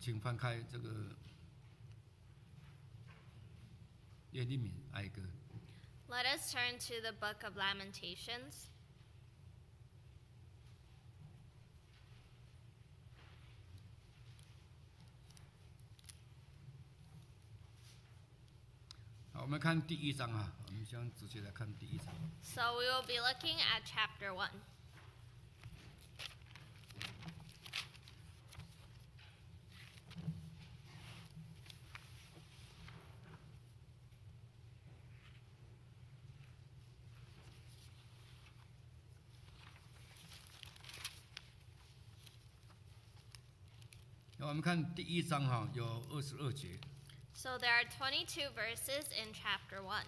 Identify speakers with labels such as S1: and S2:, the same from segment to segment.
S1: 请翻开这个耶利米哀歌
S2: Let us turn to the book of Lamentations.
S1: 好，我们看第一章啊，我们先直接来看第一章。
S2: So we will be looking at chapter 1.
S1: 那我们看第一章哈、有二十二节，
S2: So there are 22 verses in chapter 1,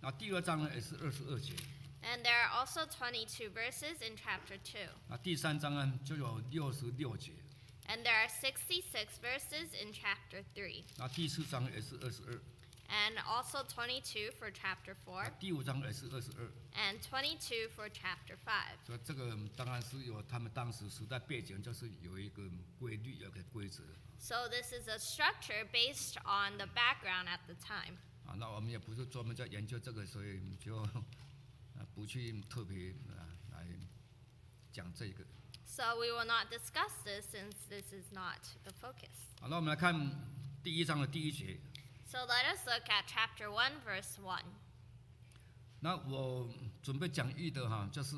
S1: 那第二章呢也是二十二节，
S2: and there are also 22 verses in chapter 2,
S1: 那第三章呢就有六十六节，
S2: and there are 66 verses in chapter 3,
S1: 那第四章也是二十二，
S2: and also 22 for chapter 4,
S1: 那第五章也是二十二。
S2: and 22 for chapter 5.
S1: 所以这个当然是有他们当时时代背景，就是有一个规律，有一个规则
S2: So this is a structure based on the background at the time.
S1: 啊。那我们也不是专门在研究这个，所以就 啊不去特别啊来讲这个。
S2: So we will not discuss this since this is not the focus.
S1: 好，那我们来看第一章的第一节。
S2: So let us look at chapter 1, verse 1.
S1: 那我准备讲义的哈，就是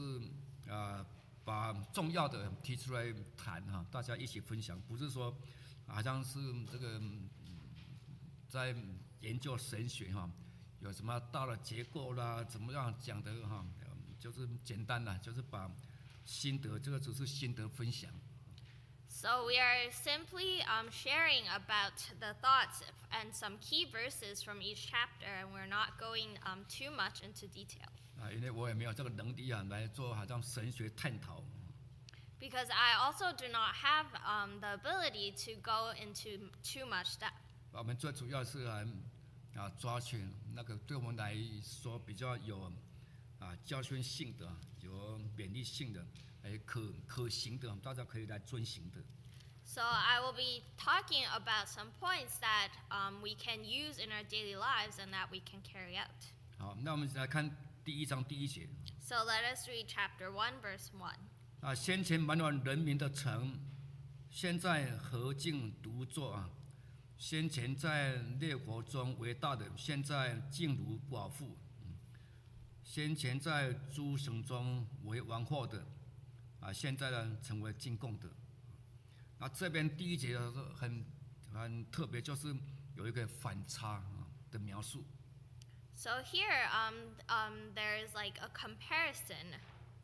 S1: 啊把重要的提出来谈哈，大家一起分享，不是说好像是这个嗯在研究神学哈，有什么大的结构啦，怎么样讲的哈，嗯就是简单啦，就是把心得，这个只是心得分享。
S2: So we are simply um, sharing about the thoughts and some key verses from each chapter, and we're not going um, too much into detail
S1: 啊，因为我也没有这个能力啊，来做好像神学探讨，
S2: because I also do not have um, the ability to go into too much depth.
S1: 我们最主要是来啊抓取那个对我们来说比较有啊教训性的、有勉励性的、哎可可行的，大家可以来遵行的。
S2: So I will be talking about some points that um, we can use in our daily lives and that we can carry out.
S1: 好，那我们来看第一章第一节
S2: So let us read chapter 1, verse 1.
S1: 啊，先前满满人民的城，现在何竟独坐啊？先前在列国中为大的，现在竟如寡妇。先前在诸神中为王后的，啊，现在呢成为进贡的。那这边第一节的时候很很特别，就是有一个反差啊的描述。
S2: So here, um, um, there is like a comparison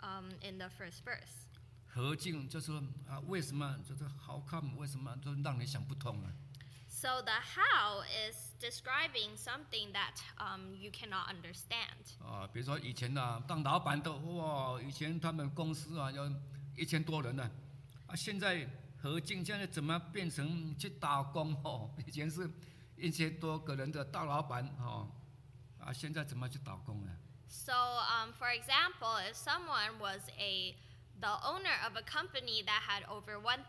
S2: um, in the first verse.
S1: 何竟就是说啊，为什么就是 how come 为什么就让你想不通啊？
S2: So the how is describing something that um, you cannot understand.
S1: 啊，比如说以前呢、当老板的哇，以前他们公司啊要一千多人呢、啊，现在何进现在怎么变成去打工 哦？以前是一千多个人的大老板哦，啊，现在怎么去打工呢？
S2: So, um, for example, if someone was a the owner of a company that had over 1,000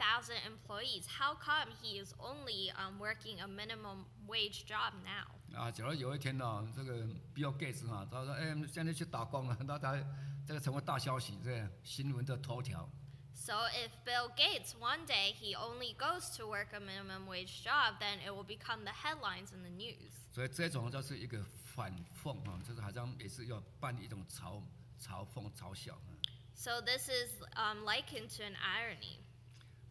S2: employees, how come he is only um, working a minimum wage job now?
S1: 啊，假如有一天呢、这个 Bill Gates 啊，他说，哎，现在去打工了， 那他这个成为大消息，这新闻的头条。
S2: So, if Bill Gates one day he only goes to work a minimum wage job, then it will become the headlines in the news.
S1: 所以这种就是一个反讽啊，就是好像也是要办一种嘲嘲讽、嘲笑啊。
S2: So, this is um, likened to an irony.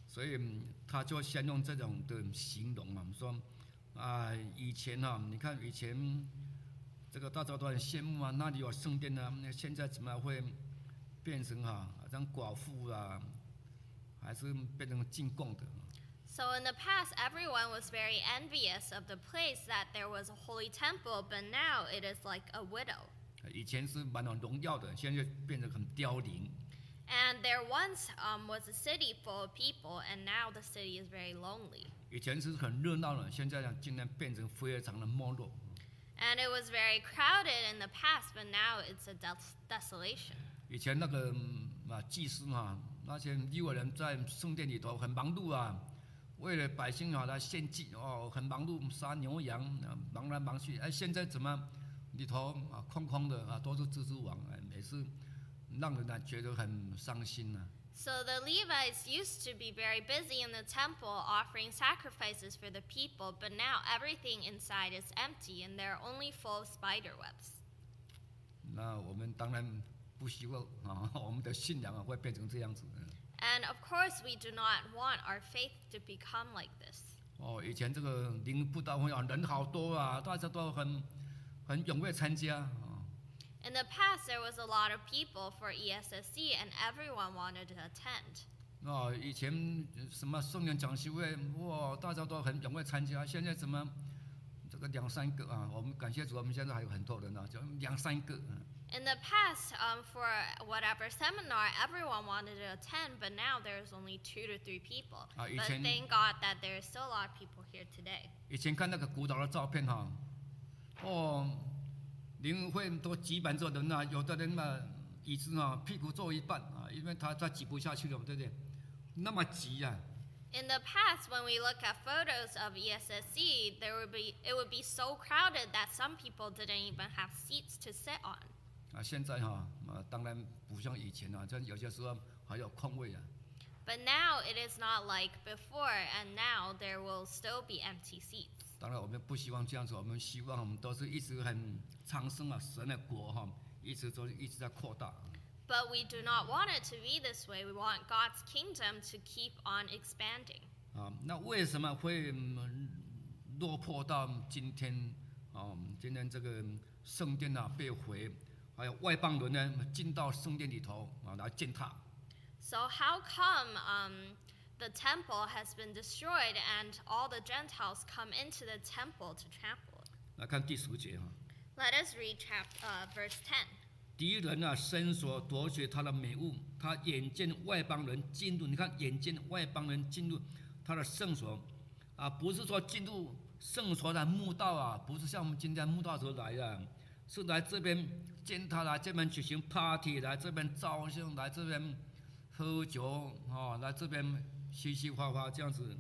S1: 所以嗯他就先用这种的形容嘛，我们说啊、以前啊，你看以前这个大家都很羡慕啊，那里有圣殿啊，那现在怎么会变成啊，好像寡妇啊，还是变成进贡的？
S2: So, in the past, everyone was very envious of the place that there was a holy temple, but now it is like a widow.
S1: 啊以前是蛮有荣耀的，现在变得很凋零。
S2: And there once um, was a city full of people, and now the city is very lonely.
S1: 以前是很热闹的，现在呢，竟然变成非常的没落。
S2: And it was very crowded in the past, but now it's a des- desolation.
S1: 以前那个嗯啊祭司嘛，那些利未人在圣殿里头很忙碌啊，为了百姓啊来献祭哦，很忙碌，杀牛羊啊，忙来忙去。哎，现在怎么里头啊空空的啊，都是蜘蛛网，哎，每次让人呢觉得很伤心啊呐、
S2: So the Levites used to be very busy in the temple offering sacrifices for the people, but now everything inside is empty and there are only full of spider webs.
S1: 那我们当然不希望啊， 我们的信仰啊会变成这样子。嗯
S2: And of course, we do not want our faith to become like this.
S1: 哦，以前这个灵布道会啊，人好多啊，大家都很很踊跃参加啊、
S2: In the past, there was a lot of people for E ESSC and everyone wanted to attend.
S1: 哦，以前什么圣人讲习会，哇，大家都很踊跃参加。现在怎么这个两三个啊？我们感谢主，我们现在还有很多人啊，就两三个。嗯
S2: In the past, um, for whatever seminar, everyone wanted to attend, but now there's only two to three people.
S1: Ah, you
S2: but
S1: can-
S2: thank God that there's still a lot of people here today.
S1: 以前看那个古岛的照片哈、哦，灵会都挤满着人啊，有的人嘛椅子啊屁股坐一半啊，因为他他挤不下去了，对不对？那么挤啊，
S2: In the past, when we look at photos of E ESSC, there would be it would be so crowded that some people didn't even have seats to sit on.
S1: 啊，现在哈、啊，当然不像以前啊，这有些时候还有空位啊。
S2: But now it is not like before, and now there will still be empty seats.
S1: 当然，我们不希望这样子，我们希望我们都是一直很昌盛啊，神的国哈、一直都一直在扩大。
S2: But we do not want it to be this way. We want God's kingdom to keep on expanding.
S1: 啊，那为什么会嗯落魄到今天？啊，今天这个圣殿啊被毁，还有外邦人呢进到圣殿里头啊来践踏。
S2: So how come um, the temple has been destroyed and all the Gentiles come into the temple to trample? it?
S1: 来看第十节啊，
S2: Let us read chap- uh, verse 10.
S1: 敌人啊伸手夺取他的美物，他眼见外邦人进入，你看眼见外邦人进入他的圣所，啊，不是说进入圣所来墓道啊，不是像我们今天墓道的时候来的、啊是来这边见他来这边举行 party，来这边照相，来这边喝酒哦，来这边嘻嘻哈哈这样子。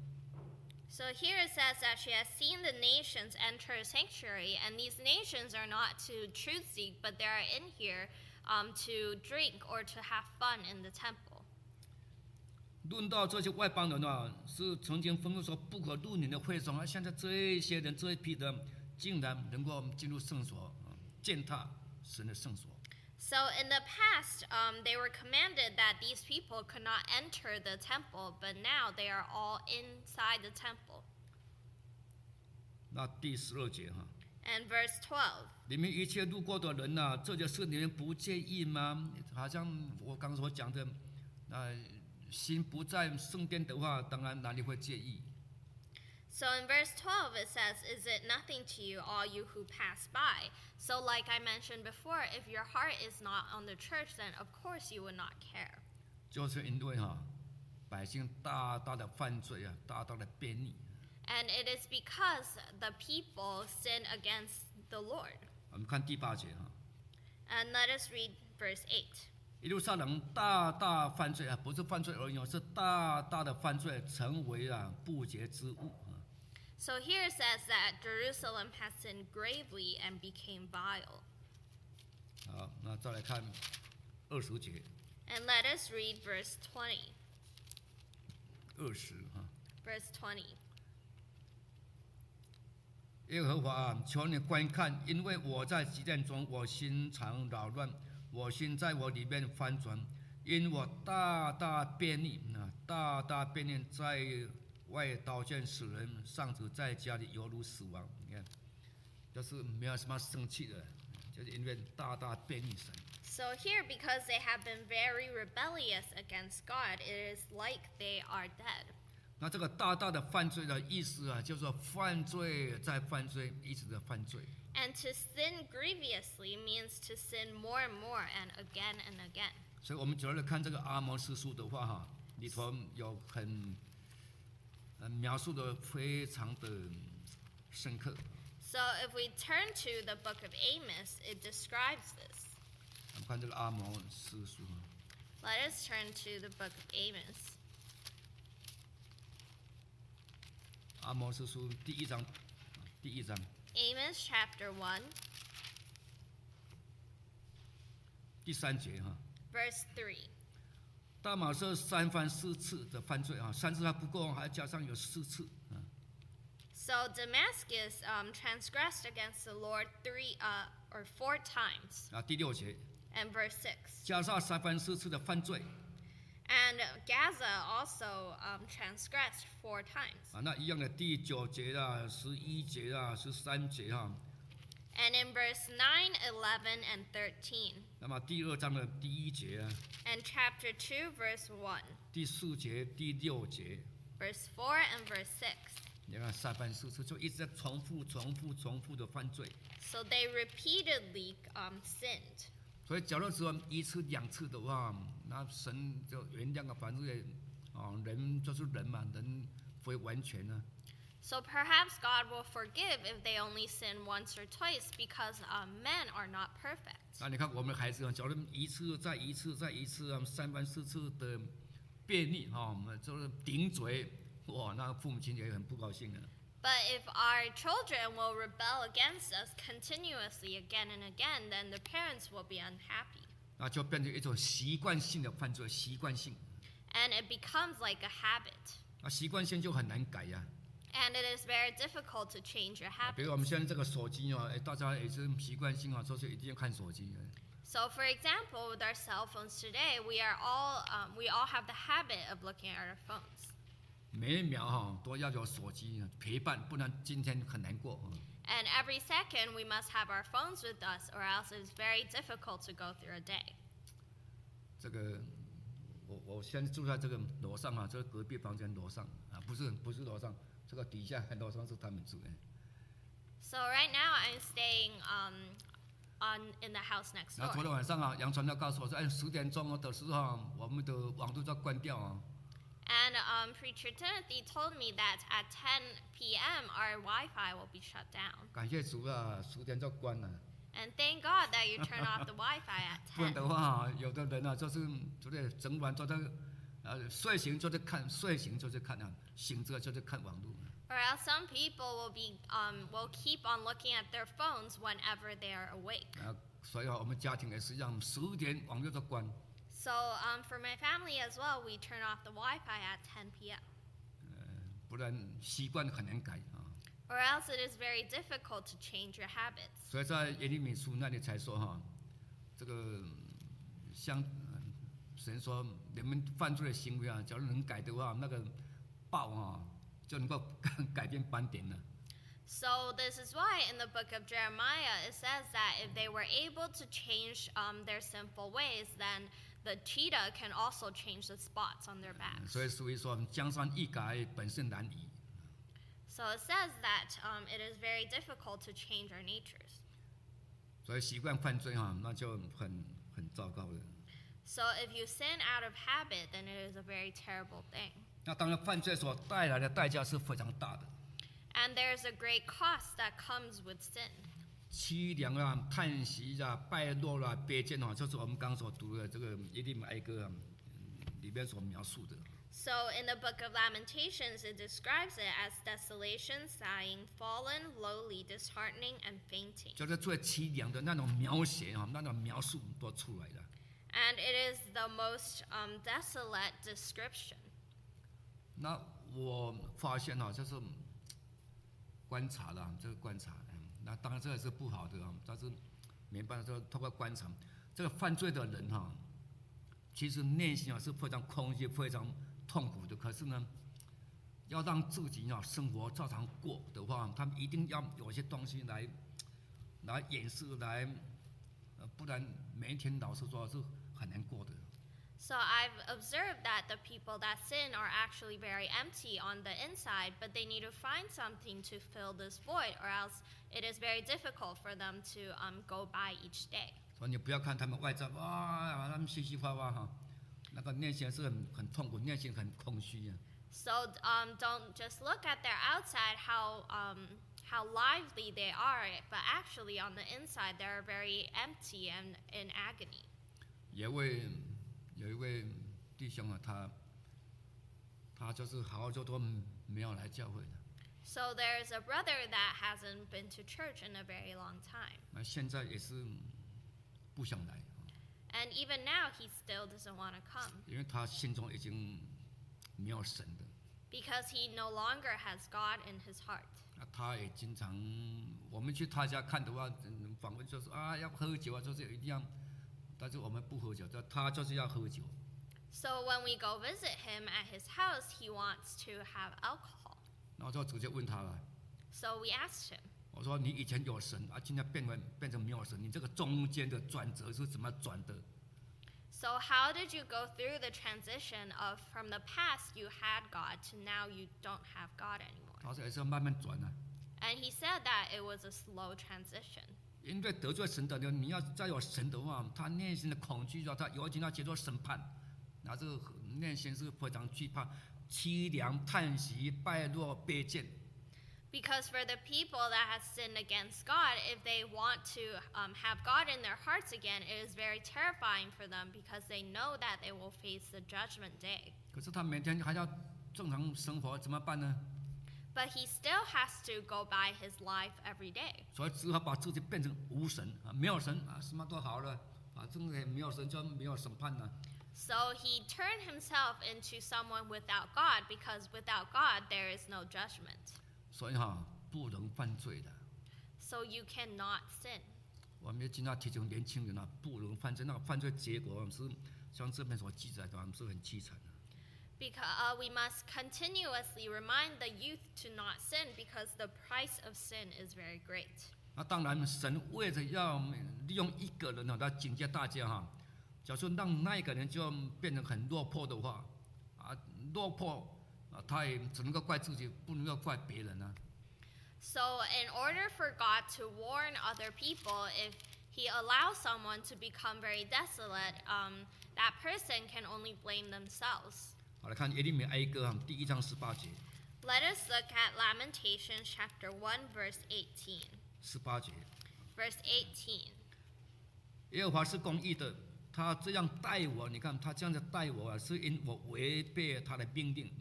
S2: So here it says that she has seen the nations enter a sanctuary, and these nations are not to truth seek, but they are in here um, to drink or to have fun in the temple.
S1: 论到这些外邦人啊，是曾经吩咐说不可入你的会中啊，现在这些人这一批人竟然能够进入圣所，啊践踏神的圣所。
S2: So in the past, um, they were commanded that these people could not enter the temple, but now they are all inside the temple.
S1: 那第十二节哈、
S2: And verse 12.
S1: 你们一切路过的人呐、这件事你们不介意吗？好像我刚才所讲的，呃，心不在圣殿的话，当然哪里会介意？
S2: So in verse 12, it says, Is it nothing to you, all you who pass by? So, like I mentioned before, if your heart is not on the church, then of course you would not care.
S1: 就是因为哈、百姓大大的犯罪啊，大大的悖逆。
S2: And it is because the people sin against the Lord.
S1: 我们看第八节哈、
S2: And let us read verse 8.
S1: 耶路撒冷大大犯罪啊，不是犯罪而已哦，是大大的犯罪，成为啊不洁之物啊。
S2: So here it says that Jerusalem has sinned gravely and became vile.
S1: 好，那再来看二十节，
S2: And let us read verse 20.
S1: 二十哈。
S2: Verse 20.
S1: 耶和华啊，求你观看，因为我在极战中，我心肠扰乱，我心在我里面翻转，因我大大变逆啊，大大变逆，在外刀剑死人，上主在家里犹如死亡。你看，就是没有什么生气的，就是因为大大变逆神。
S2: So here, because they have been very rebellious against God, it is like they are dead.
S1: 那这个大大的犯罪的意思啊，就是说犯罪再犯罪，一直的犯罪。
S2: And to sin grievously means to sin more and more and again and again.
S1: 所以我们主要来看这个阿摩斯书的话哈，里头有很，呃，描述的非常的深刻。
S2: So if we turn to the book of Amos, it describes this.
S1: 我们看这个阿摩斯书啊，
S2: Let us turn to the book of Amos.
S1: 阿摩斯书第一章，第一章，
S2: Amos chapter 1,
S1: 第三节哈、
S2: verse 3.
S1: 大马士三番四次的犯罪啊，三次还不够，还加上有四次啊。
S2: So Damascus um, transgressed against the Lord three uh, or four times,
S1: 啊，第六节，
S2: and verse 6.
S1: 加上三番四次的犯罪
S2: And Gaza also um, transgressed four times.
S1: 啊，那一样的第九节啊、十一节啊、十三节啊，
S2: And in verse 9, 11, and 13.
S1: 那么第二章的第一节啊、
S2: And chapter 2, verse 1,
S1: 第四节、第六节，
S2: verse 4, and verse 6.
S1: 你看三番四次就一直在重复、重复、重复的犯罪。
S2: So they repeatedly um, sinned.
S1: 所以，假如说一次两次的话，那神就原谅了，反正也，哦，人就是人嘛，人不会完全啊。
S2: So perhaps God will forgive if they only sin once or twice because um, men are not perfect.
S1: 那你看我们的孩子啊，假如一次再一次再一次啊，三番四次的便利啊，我们就是顶嘴，哇，那父母亲也很不高兴啊的。
S2: But if our children will rebel against us continuously again and again, then the parents will be unhappy.
S1: 那就变成一种习惯性的犯罪，习惯性
S2: And it becomes like a habit.
S1: 啊，习惯性就很难改啊呀、
S2: And it is very difficult to change your
S1: 啊。比
S2: habit.
S1: 如我们现在这个手机啊，哎，大家也是习惯性啊，就是一定要看手机哎的。
S2: So, for example, with our cell phones today, we are all um, we all have the habit of looking at our phones,
S1: 每一秒哈、都要有手机哎陪伴，不然今天很难过。啊
S2: and every second we must have our phones with us, or else it is very difficult to go through a day.
S1: 这个我我现在住在这个楼上啊，这个隔壁房间楼上啊，不是不是楼上，这个底下楼上是他们住的。哎
S2: So right now I'm staying um, on in the house next
S1: 然后
S2: door.
S1: 昨天晚上啊，杨传道告诉我说，哎，十点钟的时候啊，我们的网络就要关掉啊。
S2: And um, Preacher Timothy told me that at 10 p.m. our Wi-Fi will be shut down.
S1: 感谢主啊，十点就关了，
S2: And thank God that you turn off the Wi-Fi
S1: 不然
S2: at 10.
S1: 的话啊、有的人啊，就是昨天整晚都在，呃，睡醒就在看，睡醒就在看啊，醒着就在看网络。
S2: Or else some people will be um, will keep on looking at their phones whenever they are awake.
S1: 啊，所以啊，我们家庭也是一样，十点网络就关。
S2: So um, for my family as well, we turn off the Wi-Fi at 10 p.m.
S1: 呃，不然习惯很难改啊。
S2: Or else it is very difficult to change your habits.
S1: 所以在耶利米书那里才说哈、这个像呃神说人们犯罪的行为啊，假如能改的话，那个报啊就能够改变斑点了。
S2: So this is why in the book of Jeremiah it says that if they were able to change um, their sinful ways, then the cheetah can also change the spots on their backs.
S1: 所以所以说江山易改，本性难移。
S2: So it says that um, it is very difficult to change our natures.
S1: 所以习惯犯罪哈、那就很很糟糕的。
S2: So if you sin out of habit, then it is a very terrible thing.
S1: 那当然，犯罪所带来的代价是非常大的，
S2: And there is a great cost that comes with sin.
S1: 凄凉啊、叹息啊、败落啊、卑贱啊，就是我们刚所读的这个耶利米哀歌、啊、嗯里面所描述的。
S2: So in the book of Lamentations, it describes it as desolation, sighing, fallen, lowly, disheartening, and fainting.
S1: 就是最凄凉的那种描写啊，那种描述都出来了。
S2: And it is the most um, desolate description.
S1: 那我发现啊，就是观察了，这个观察，嗯，那当然这个是不好的啊，但是没办法，就通过观察，这个犯罪的人哈、其实内心啊是非常空虚、非常痛苦的。可是呢，要让自己啊生活照常过的话，他们一定要有一些东西来来掩饰，来，呃，不然每一天老实说是很难过的。
S2: So I've observed that the people that sin are actually very empty on the inside, but they need to find something to fill this void, or else it is very difficult for them to um, go by each day.
S1: 所以你不要看他们外在哇，他们嘻嘻哈哈哈，那个内心是很很痛苦，内心很空虚啊。
S2: So um, don't just look at their outside how um, how lively they are, but actually on the inside they are very empty and in agony.
S1: 有一位有一位弟兄啊，他他就是好久都没有来教会了，
S2: So there's a brother that hasn't been to church in a very long time.
S1: 那现在也是不想来，
S2: And even now, he still doesn't want to come
S1: 因为他心中已经没有神的。
S2: because he no longer has God in his heart.
S1: 那他也经常，我们去他家看的话，嗯访问就是啊，要喝酒啊，就是一定要，但是我们不喝酒，但他就是要喝酒。
S2: So when we go visit him at his house, he wants to have alcohol.
S1: 然后就直接问他了，
S2: So we asked him,
S1: 我说你以前有神啊，现在变为变成没有神，你这个中间的转折是怎么转的？
S2: So how did you go through the transition of from the past you had God to now you don't have God anymore?
S1: 他说也是要慢慢转啊，
S2: And he said that it was a slow transition
S1: 因为得罪神的人，你要再有神的话，他内心的恐惧啊，他有一天要接受审判，那这个内心是非常惧怕、凄凉、叹息、败落、卑贱。
S2: because for the people that has sinned against God, if they want to um, have God in their hearts again, it is very terrifying for them because they know that they will face the judgment day.
S1: 可是他每天还要正常生活，怎么办呢？
S2: But he still has to go by his life every day.
S1: 所以只好把自己变成无神啊，没有神啊，什么都好了，反正也没有神就没有审判了、
S2: So he turned himself into someone without God because without God there is no judgment.
S1: 所以哈、不能犯罪的。
S2: So you cannot sin.
S1: 我们也经常提醒年轻人啊，不能犯罪。那个犯罪结果是像这边所记载的，是很凄惨的。
S2: Because uh, we must continuously remind the youth to not sin because the price of sin is very great.
S1: 那当然，神为着要利用一个人啊呢，来警戒大家哈、假如说让那一个人就变得很落魄的话，啊，落魄啊，他也只能够怪自己，不能够怪别人啊。
S2: So, in order for God to warn other people, if He allows someone to become very desolate, um, that person can only blame themselves.
S1: 好，来看耶利米哀歌啊，第一章十八节，
S2: Let us look at Lamentations chapter 1, verse 18.
S1: 十八节，
S2: Verse 18.
S1: 耶和华是公义的，他这样待我，你看他这样子待我啊，是因我违背他的命令，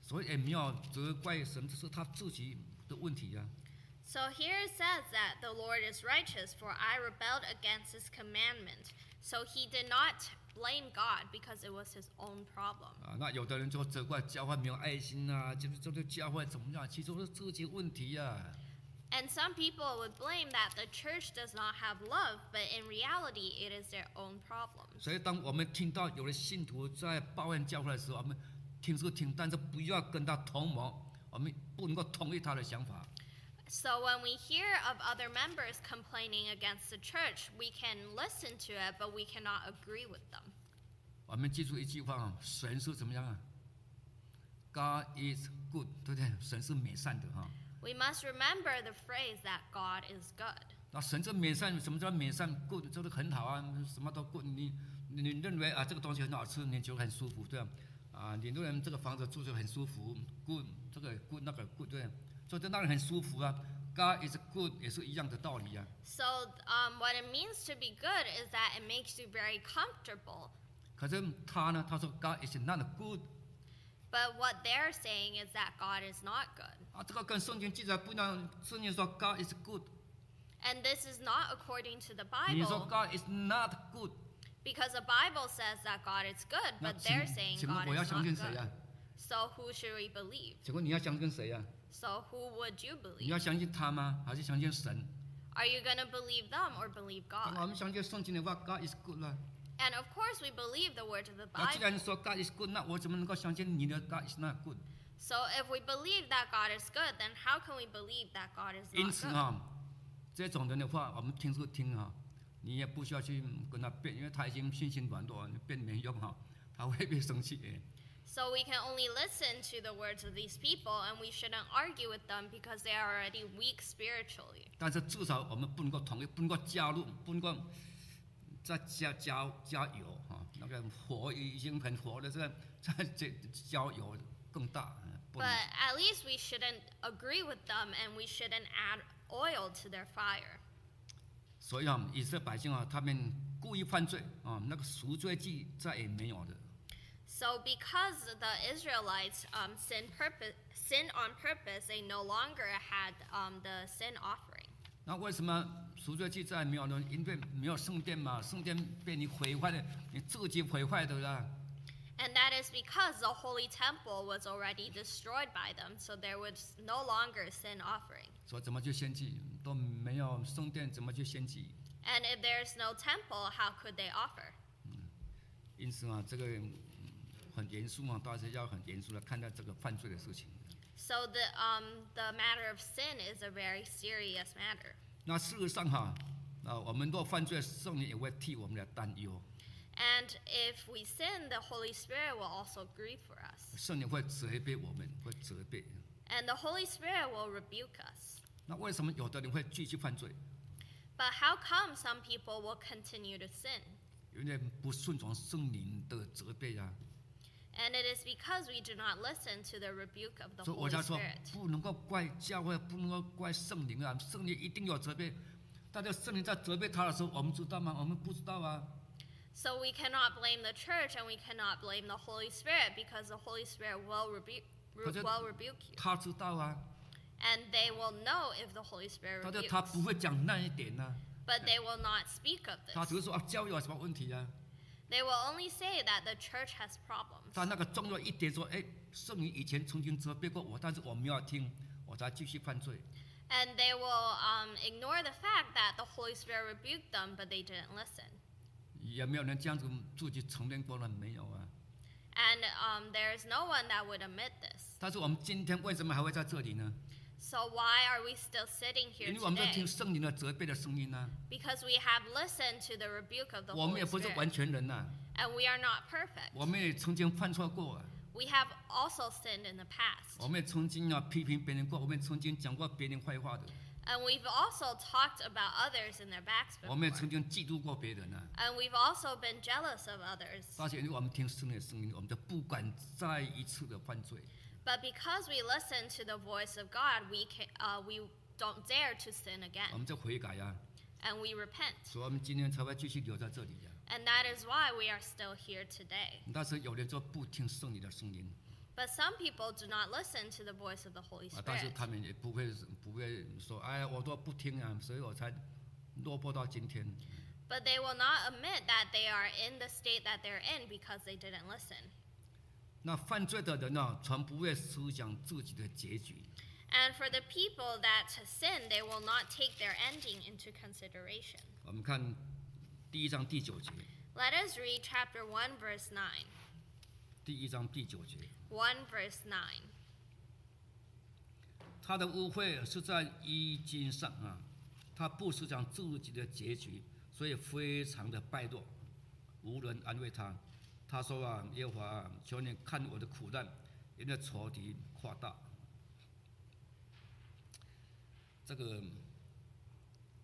S1: 所以也没有责怪神，这是他自己的问题啊呀、
S2: So here it says that the Lord is righteous, for I rebelled against his commandment. So he did not blame God because it was his own problem.
S1: 啊。那有的人就责怪教会没有爱心啊，就是这个教会怎么样，其实都是自己问题啊呀、
S2: And some people would blame that the church does not have love, but in reality, it is their own problem.
S1: 所以当我们听到有的信徒在抱怨教会的时候，我们听是听，但是不要跟他同谋，我们不能够同意他的想法。
S2: So when we hear of other members complaining against the church, we can listen to it, but we cannot agree with them.
S1: 我们记住一句话啊，神是怎么样啊？God is good，对不对？神是美善的哈。
S2: We must remember the phrase that God is good.
S1: 那神这美善，什么叫美善？good 就是很好啊，什么都 good 你。你你认为啊，这个东西很好吃，你觉得很舒服，对吧、啊？你认为这个房子住着很舒服，good 这个 good 那个 good，对、啊，所以这让人很舒服啊。God is good 也是一样的道理啊。
S2: So, um, what it means to be good is that it makes you very comfortable.
S1: 可是他呢，他说 God is not good
S2: But what they're saying is that God is not good.
S1: 啊，这个跟圣经记载不一样。圣经说 God is good，
S2: And this is not according to the
S1: 你说
S2: Bible,
S1: God is not good。
S2: because the Bible says that God is good,
S1: 那
S2: but
S1: 请
S2: they're saying
S1: 请问
S2: God
S1: 我要
S2: is
S1: 相
S2: not
S1: 信谁
S2: good.
S1: 呀、
S2: So, who should we believe?
S1: 请问你要相信谁呀、
S2: So, who would you
S1: 你
S2: believe?
S1: 要相信他吗？还是相信神？
S2: Are you going to believe them or believe
S1: 那我
S2: God?
S1: 们相信圣经的话，God is good 啦。
S2: And of course, we believe the words of the
S1: 那既
S2: Bible.
S1: 然说 God is good，那我怎么能够相信你的 God is not good？
S2: So, if we believe that God is good, then how can we believe that God is
S1: 因
S2: not
S1: 此
S2: good?
S1: 啊，这种人的话，我们听是听啊，你也不需要去跟他辩，因为他已经信心软弱，你辩没用哈、他会被生气。
S2: So we can only listen to the words of these people and we shouldn't argue with them because they are already weak spiritually.
S1: 但是至少我们不能够同意，不能够加入，不能够再加加加油啊！那个火已经很火了，这个再这加油更大，嗯不能
S2: But at least we shouldn't agree with them and we shouldn't add oil to their fire.
S1: 所以啊，以色列百姓啊，他们故意犯罪啊，那个赎罪记再也没有了。
S2: So, because the Israelites um, sinned, purpose, sinned on purpose, they no longer had um, the sin offering.
S1: 那为什么赎罪记载没有呢？因为没有圣殿嘛，圣殿被你毁坏了，你自己毁坏的啦。
S2: And that is because the holy temple was already destroyed by them, so there was no longer sin offering.
S1: 说怎么去献祭都没有圣殿，怎么去献祭？
S2: And if there's no temple, how could they offer?
S1: 因此啊，这个嗯很严肃啊，大家要很严肃的看待这个犯罪的事情。
S2: So the um, the matter of sin is a very serious matter.
S1: 那事实上哈、啊，我们若犯罪，圣灵也会替我们来担忧，
S2: And if we sin, the Holy Spirit will also grieve for us.
S1: 圣灵会责备我们，会责备。
S2: And the Holy Spirit will rebuke us.
S1: 那为什么有的人会继续犯罪？
S2: But how come some people will continue to sin?
S1: 因为不顺从圣灵的责备啊。
S2: And it is because we do not listen to the rebuke of the
S1: 所以我
S2: Holy
S1: 才说
S2: Spirit.
S1: 不能够怪教会，不能够怪圣灵啊，圣灵一定有责备。但是圣灵在责备他的时候，我们知道吗？我们不知道啊。
S2: So we cannot blame the church and we cannot blame the Holy Spirit because the Holy Spirit will rebuke
S1: But that-
S2: will rebuke you.
S1: 他知道啊，
S2: And they will know if the Holy Spirit
S1: 但是
S2: rebukes.
S1: 他不会讲那一点啊呢、
S2: But they will not speak of
S1: 他
S2: this.
S1: 只是说啊，教育有什么问题啊？
S2: They will only say that the church has problems.
S1: 但那个重要一点说，哎，圣灵以前曾经责备过我，但是我没有听，我才继续犯罪。
S2: And they will um, ignore the fact that the Holy Spirit rebuked them, but they didn't listen.
S1: 也没有人这样子自己承认过了没有啊？
S2: And um, there is no one that would admit this.
S1: 但是我们今天为什么还会在这里呢？
S2: So why are we still sitting
S1: 因
S2: here
S1: 为我们在听
S2: today?
S1: 圣灵的责备的声音呢、啊
S2: Because we have listened to the rebuke of the
S1: 我们
S2: Holy
S1: 也不是
S2: Spirit.
S1: 完全人呐、啊
S2: And we are not perfect.
S1: 我们也曾经犯错过、啊，
S2: We have also sinned in the past.
S1: 我们也曾经啊批评别人过，我们也曾经讲过别人坏话的，
S2: And we've also talked about others in their backs
S1: 我们也曾
S2: before.
S1: 经嫉妒过别人啊。
S2: And we've also been jealous of others.
S1: 但是因为我们听圣灵的声音，我们就不敢再一次的犯罪。
S2: But because we listen to the voice of God, we can, uh, we don't dare to sin
S1: 我
S2: again,
S1: 们就悔改啊呀、
S2: and we repent.
S1: 所以我们今天才会继续留在这里呀、
S2: And that is why we are still here today.
S1: 但是有人就不听圣灵的声音
S2: But some people do not listen to the voice of the Holy
S1: 啊，但是
S2: Spirit,
S1: 他们也不会不会说，哎呀，我都不听啊，所以我才落魄到今天。
S2: but they will not admit that they are in the state that they're in because they didn't listen.
S1: 那犯罪的人呢、从不会思想自己的结局，
S2: And for the people that sin, they will not take their ending into consideration.
S1: 我们看第一章第九节，
S2: Let us read chapter 1, verse 9.
S1: 第一章第九节，
S2: 1, verse 9.
S1: 他的污秽是在衣襟上啊，他不思想自己的结局，所以非常的败落，无人安慰他。他说啊，耶和华啊，求你看我的苦难，因为仇敌夸大。这个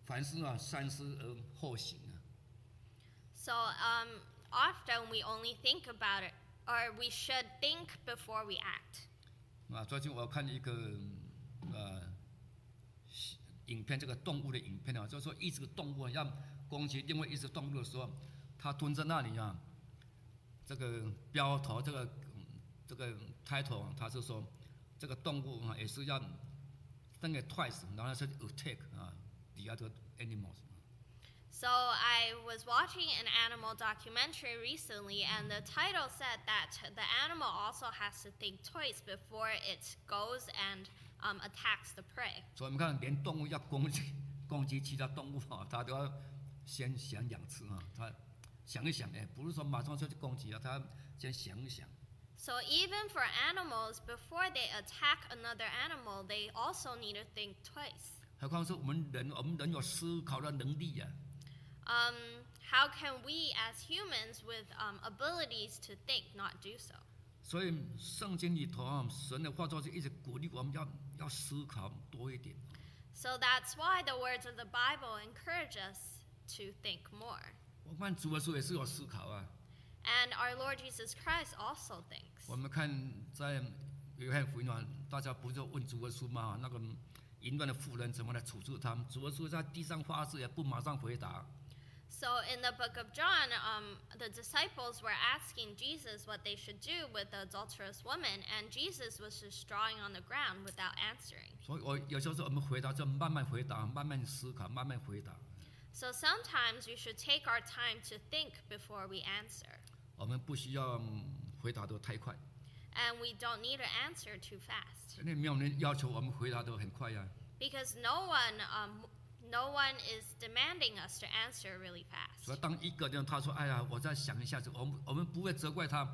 S1: 凡事啊，三思而后行啊。
S2: So um, often we only think about it, or we should think before we act.
S1: 啊，最近我看一个呃西影片，这个动物的影片啊，就是说一只动物要攻击另外一只动物的时候，啊它蹲在那里啊，这个标头这个嗯这个 title 啊它是说这个动物啊也是要那个 twice，然后是 attack 啊 the other animals。啊
S2: So I was watching an animal documentary recently, and the title said that the animal also has to think twice before it goes and um, attacks the prey.
S1: 所以你看，连动物要攻击攻击其他动物啊，它都要先想两次啊，它想一想，哎，不是说马上就去攻击啊，它先想一想。
S2: So even for animals, before they attack another animal, they also need to think twice.
S1: 何况是我们人，我们人有思考的能力呀、
S2: Um, how can we, as humans with um, abilities to think, not do so?
S1: 所以圣经里头啊，神的话就是一直鼓励我们要要思考多一点。
S2: So that's why the words of the Bible encourage us to think more.
S1: 我看主的时候也是有思考啊。
S2: And our Lord Jesus Christ also thinks.
S1: 我们看在约翰福音啊，大家不是问主耶稣吗？那个淫乱的妇人怎么来处置他们？主耶稣在地上发誓也不马上回答，
S2: So in the book of John, um, the disciples were asking Jesus what they should do with the adulterous woman, and Jesus was just drawing on the ground without answering.
S1: 所以我有时候我们回答就慢慢回答，慢慢思考，慢慢回答。
S2: So sometimes we should take our time to think before we answer,
S1: 我们不需要回答得太快，
S2: and we don't need to answer too fast
S1: 因为没有人要求我们回答得很快呀、
S2: because no one, um, no one is demanding us to answer really
S1: 所以
S2: fast.
S1: 当一个人他说：“哎呀，我再想一下子。”我们我们不会责怪他，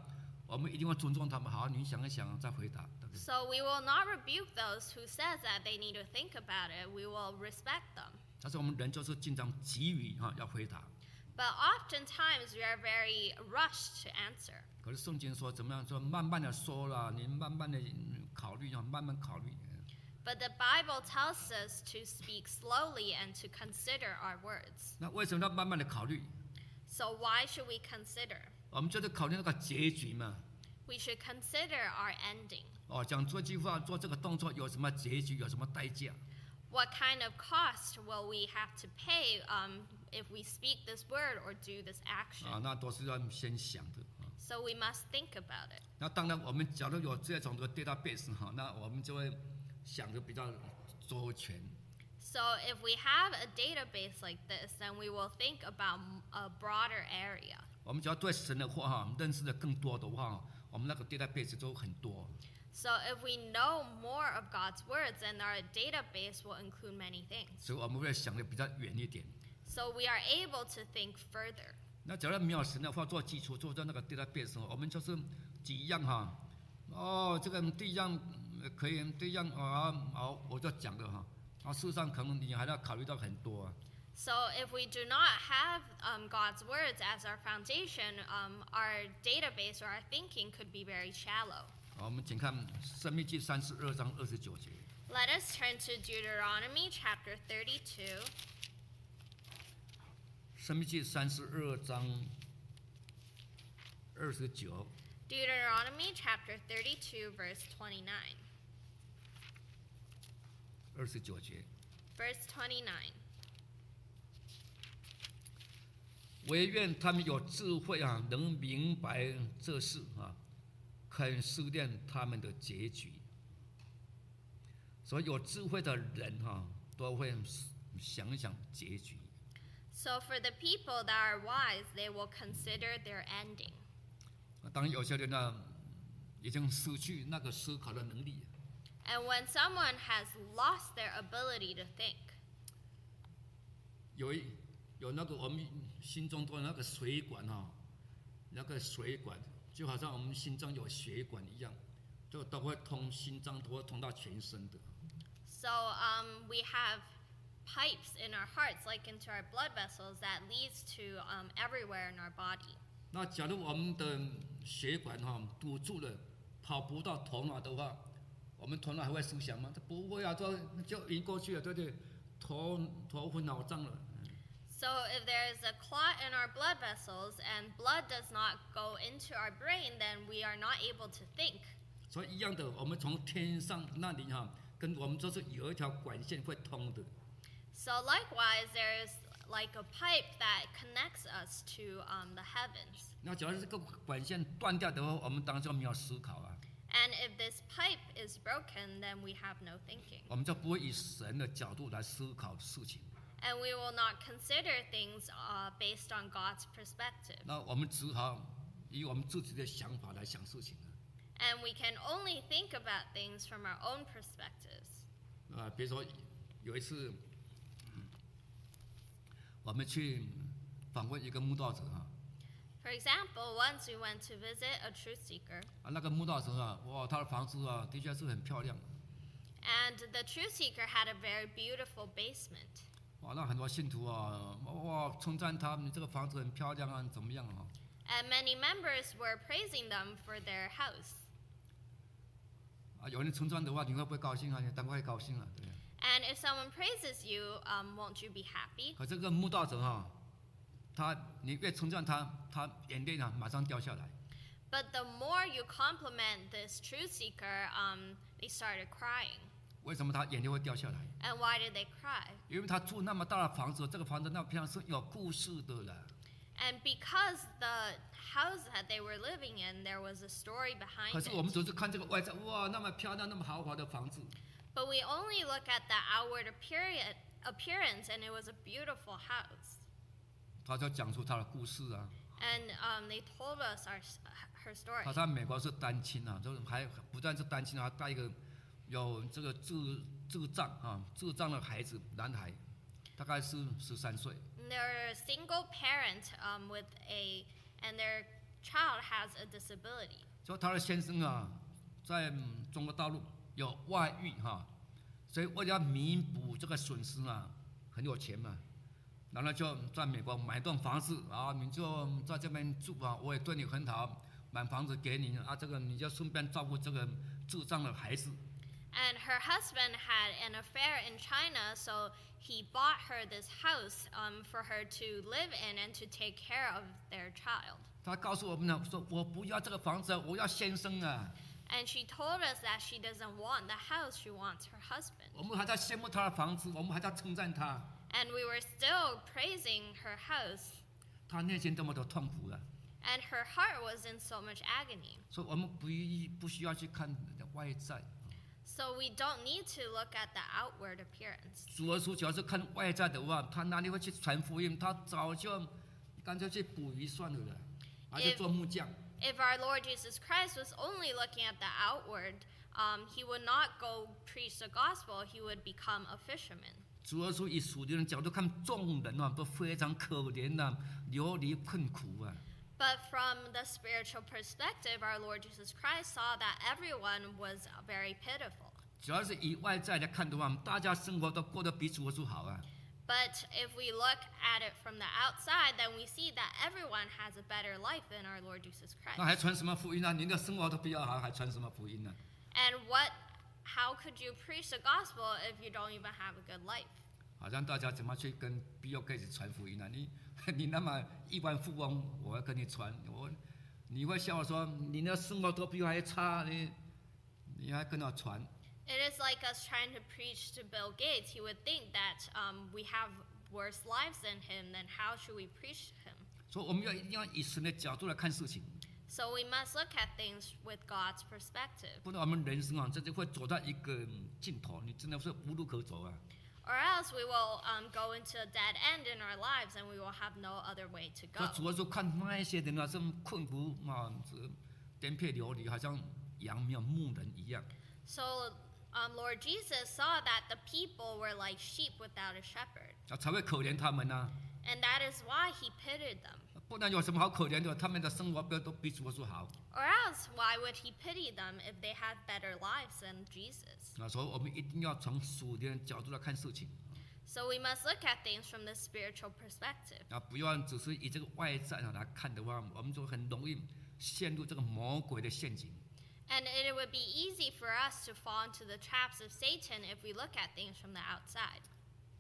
S1: 我们一定要尊重他们。好，你想一想再回答，对不对？
S2: So we will not rebuke those who says that they need to think about it. We will respect them.
S1: 但是我们人就是经常急于哈要回答。
S2: But oftentimes we are very rushed to answer.
S1: 可是圣经说怎么样说？慢慢的说啦，你慢慢的考虑啊，慢慢考虑。嗯
S2: But the Bible tells us to speak slowly and to consider our words.
S1: 那为什么要慢慢的考虑？
S2: So why should we consider?
S1: 我们就是考虑那个结局嘛。
S2: We should consider our ending.
S1: 哦，讲这句话，做这个动作有什么结局，有什么代价？
S2: What kind of cost will we have to pay um, if we speak this word or do this action?
S1: 啊，那都是要先想的。啊
S2: So we must think about it.
S1: 那当然，我们假如有这种的 database 哈，那我们就会想的比较周全。
S2: So if we have a database like this, then we will think about m- a broader area.
S1: 我们只要对神的话哈认识的更多的话，我们那个 database 就很多。
S2: So if we know more of God's words, then our database will include many things.
S1: 所以我们会想的比较远一点。
S2: So we are able to think further.
S1: 那假如没有神的话做基础，做在那个 database，我们就是几样哈。哦，这个第一样呃可以，第一样啊，好，我就讲了哈。啊，事实上可能你还要考虑到很多啊。
S2: So if we do not have um, God's words as our foundation, um, our database or our thinking could be very shallow.
S1: 啊好，我们请看《生命记》三十二章二十九节。
S2: Let us turn to Deuteronomy chapter 32.
S1: 生命记三十二章二十九，
S2: Deuteronomy chapter 32, verse 29.
S1: 二十九节，
S2: Verse 29.
S1: 唯愿他们有智慧啊，能明白这事啊，肯思念他们的结局。所以有智慧的人哈、都会想一想结局。
S2: So for the people that are wise, they will consider their ending.
S1: 那啊当然，有些人呢，已经失去那个思考的能力。啊
S2: And when someone has lost their ability to think,
S1: 有一有那个我们心中的那个水管哈、那个水管就好像我们心脏有血管一样，就都会通心脏，都会通到全身的。
S2: so um, we have pipes in our hearts, like into our blood vessels, that leads to um, everywhere in our body.
S1: 那假如我们的血管哈、堵住了，跑不到头脑的话，我们头脑还会思想吗？它不会啊，就就晕过去了，对不对？头头昏脑胀了。
S2: So if there is a clot in our blood vessels and blood does not go into our brain, then we are not able to think.
S1: 所以一样的，我们从天上那里哈、跟我们就是有一条管线会通的。
S2: So likewise, there is like a pipe that connects us to um, the heavens.
S1: 那假如这个管线断掉的话，我们当然就没有思考啊，
S2: And if this pipe is broken, then we have no thinking.
S1: 我们就不会以神的角度来思考事情。
S2: And we will not consider things uh, based on God's perspective.
S1: 那我们只好以我们自己的想法来想事情啊。
S2: And we can only think about things from our own perspectives.
S1: 啊、比如说有一次，嗯我们去访问一个慕道者啊，
S2: For example, once we went to visit a truth seeker,
S1: 啊，那个慕道者啊，哇，他的房子啊，的确是很漂亮，
S2: and the truth seeker had a very beautiful basement.
S1: 哇，那很多信徒啊，哇，称赞他们这个房子很漂亮啊，怎么样啊？
S2: And many members were praising them for their house.
S1: 啊，有人称赞的话，你会不会高兴啊？你当然会高兴了、对。
S2: And if someone praises you, um, won't you be happy?
S1: 可这个慕道者哈、他你越称赞他，他眼泪啊马上掉下来。
S2: But the more you compliment this truth seeker, um, they started crying.
S1: 为什么他眼泪会掉下来？
S2: And why did they cry?
S1: 因为他住那么大的房子，这个房子那平常是有故事的了。
S2: And because the house that they were living in, there was a story
S1: 可
S2: behind
S1: 是我们
S2: it.
S1: 总是看这个外在，哇，那么漂亮、那么豪华的房子，
S2: But we only look at the outward appearance, appearance and it was a beautiful house.
S1: 他就讲出他的故事啊。
S2: And um, they told us our, s- her story.
S1: 他在美国是单亲啊，就是还不但是单亲啊，还带一个有这个智智障啊，智障的孩子，男孩，大概是十三岁。
S2: And They're a single parent um, with a, and their child has a disability.
S1: 说他的先生啊，在嗯中国大陆有外遇哈、所以为了弥补这个损失啊，很有钱嘛，然后就在美国买栋房子啊，你就在这边住啊，我也对你很好，买房子给你啊，这个你就顺便照顾这个智障的孩子。
S2: And her husband had an affair in China, so he bought her this house um, for her to live in and to take care of their child.
S1: 他告诉我们呢，说我不要这个房子，我要先生啊。
S2: And she told us that she doesn't want the house, she wants her husband.
S1: 我们还在羡慕他的房子，我们还在称赞他，
S2: And we were still praising her house,
S1: 他内心多么的痛苦啊！
S2: and her heart was in so much agony.
S1: 所以我们不不需要去看人的外在。
S2: So we don't need to look at the outward appearance.
S1: 主耶稣主要是看外在的话，他哪里会去传福音？他早就干脆去捕鱼算了了，还是做木匠。
S2: If our Lord Jesus Christ was only looking at the outward, um, he would not go preach the gospel, he would become a fisherman.
S1: 主耶稣以属灵的角度看众人啊，都非常可怜呐、流离困苦啊。
S2: But from the spiritual perspective, our Lord Jesus Christ saw that everyone was very pitiful.
S1: 只要是以外在来看的话，大家生活都过得比主耶稣好啊。
S2: But if we look at it from the outside, then we see that everyone has a better life than our Lord Jesus
S1: 那
S2: Christ.
S1: 还传什么福音啊？您的生活都比较好，还传什么福音呢、啊
S2: And what how could you preach the gospel if you don't even have a good life?
S1: 好像大家怎么去跟 Bill Gates 传福音呢、啊你 你那么亿万富翁，我要跟你传，我你会笑我说你那生活都比我还差，你你还跟我传？
S2: It is like us trying to preach to Bill Gates. He would think that um, we have worse lives than him, then how should we preach to him?
S1: 所以我们要一定要以神的角度来看事情，
S2: So we must look at things with God's perspective,
S1: 不然我们人生啊，真的会走到一个尽头，你真的是无路可走啊！
S2: or else we will um, go into a dead end in our lives and we will have no other way to
S1: 所
S2: go.
S1: 以主要是看那一些人啊，这么困苦啊，这颠沛流离，好像羊没有牧人一样。
S2: So um, Lord Jesus saw that the people were like sheep without a shepherd,
S1: 啊，才会可怜他们呢、啊
S2: and that is why he pitied them.
S1: 不然有什么好可怜的？他们的生活不要都比主耶稣好。
S2: Or else, why would he pity them if they had better lives than Jesus?
S1: 那所以我们一定要从属灵的角度来看事情
S2: So we must look at things from the spiritual perspective.
S1: 啊，不要只是以这个外在啊来看的话，我们就很容易陷入这个魔鬼的陷阱。
S2: And it would be easy for us to fall into the traps of Satan if we look at things from the outside.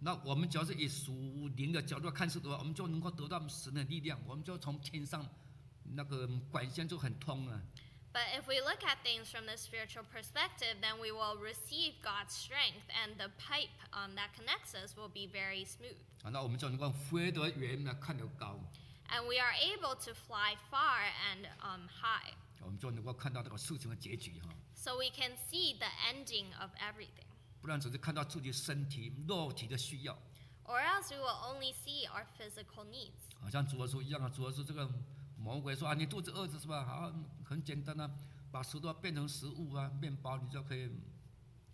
S1: 那我们只要是以属灵的角度来看事的话，我们就能够得到神的力量，我们就从天上那个管线就很啊通了。
S2: But if we look at things from the spiritual perspective, then we will receive God's strength, and the pipe um, that connects us will be very smooth.
S1: 啊，那我们就能够飞得远呢，看得高，
S2: and we are able to fly far and um, high.
S1: 我们就能够看到这个事情的结局哈、
S2: So we can see the ending of everything,
S1: 不然只是看到自己身体肉体的需要，
S2: or else we will only see our physical needs.
S1: 好像主耶稣一样啊，主耶稣这个魔鬼说啊，你肚子饿着是吧？好，很简单啊，把石头变成食物啊，面包你就可以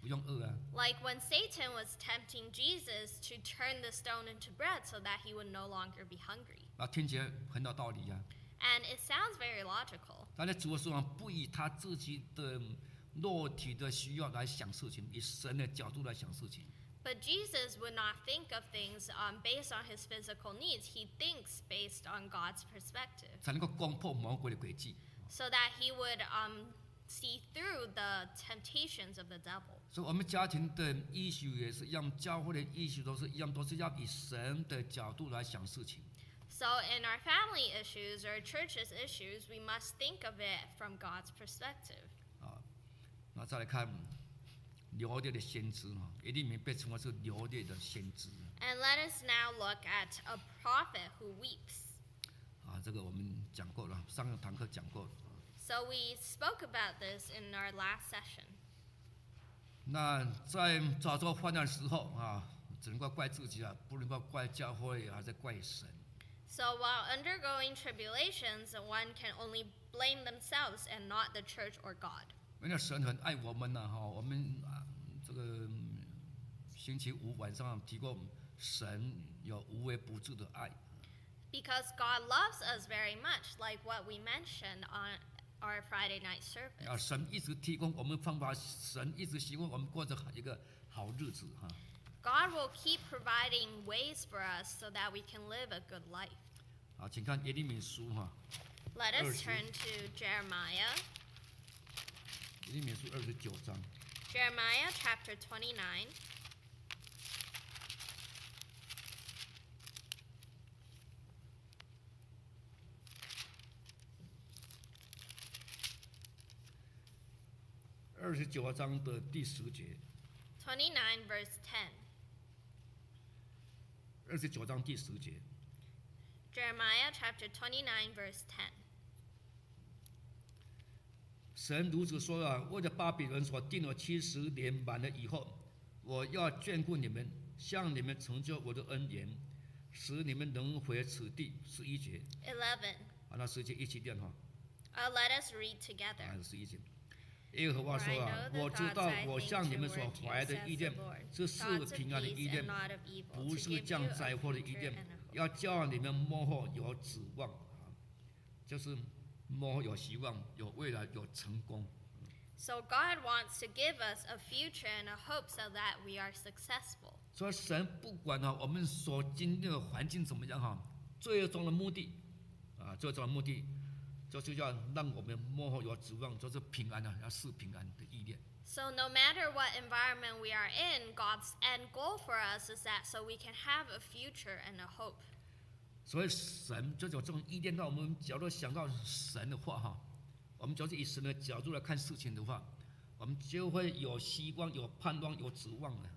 S1: 不用饿啊。
S2: Like when Satan was tempting Jesus to turn the stone into bread so that he would no longer be hungry.
S1: 啊，听起来很有道理啊。
S2: And it sounds very logical.
S1: 但是主耶稣啊，不以他自己的肉体的需要来想事情，以神的角度来想事情。
S2: But Jesus would not think of things um, based on his physical needs. He thinks based on God's perspective
S1: 才能够攻破魔鬼的诡计，
S2: so that he would um, see through the temptations of the devil.
S1: 所以我们家庭的医学也是一样，教会的医学都是一样，都是要以神的角度来想事情。
S2: So, in our family issues or church's issues, we must think of it from God's perspective.
S1: 啊，那再来看流泪的先知哈，耶利米被称为是流泪的先知
S2: And let us now look at a prophet who weeps.
S1: 啊，这个我们讲过了，上一堂课讲过。
S2: So we spoke about this in our last session.
S1: 那在遭受患难的时候啊，只能够怪自己啊，不能够怪教会，还是怪神。
S2: So while undergoing tribulations, one can only blame themselves and not the church or God.
S1: 因为神很爱我们呐、哈，我们啊这个星期五晚上提过，神有无微不至的爱。
S2: Because God loves us very much, like what we mentioned on our Friday night service.
S1: 啊，神一直提供我们方法，神一直希望我们过着一个好日子哈、
S2: God will keep providing ways for us so that we can live a good life.
S1: 啊。请看耶利米书哈、
S2: Let us
S1: Verse.
S2: turn to Jeremiah,
S1: 耶利米书二十九章，
S2: Jeremiah chapter 29.
S1: 二十九章的第十节，
S2: 29 verse 10.
S1: 二十九章第十节，
S2: Jeremiah chapter 29 verse 10.
S1: 神如此说啊，为了巴比伦所定了七十年满了以后，我要眷顾你们，向你们成就我的恩典，使你们能回此地。十一节，
S2: 11.
S1: 啊，那十节一起念哈，
S2: Uh, let us read together.
S1: 啊，十一节。耶和华说啊，我知道我向你们所怀的意念是赐平安的意念，不是降灾祸的意念，要叫你们幕后有指望啊，就是幕后有希望，有未来，有成功。
S2: So God wants to give us a future and a hope so that we are successful.
S1: 所以神不管啊，我们所经历的环境怎么样哈、最终的目的啊，最终的目的就是要让我们幕后有指望，就是平安啊，要是平安的意念。
S2: So no matter what environment we are in, God's end goal for us is that so we can have a future and a hope.
S1: 所以神就有这种意念，让我们假如想到神的话哈，我们就是以神的角度来看事情的话，我们就会有希望、有盼望、有指望了。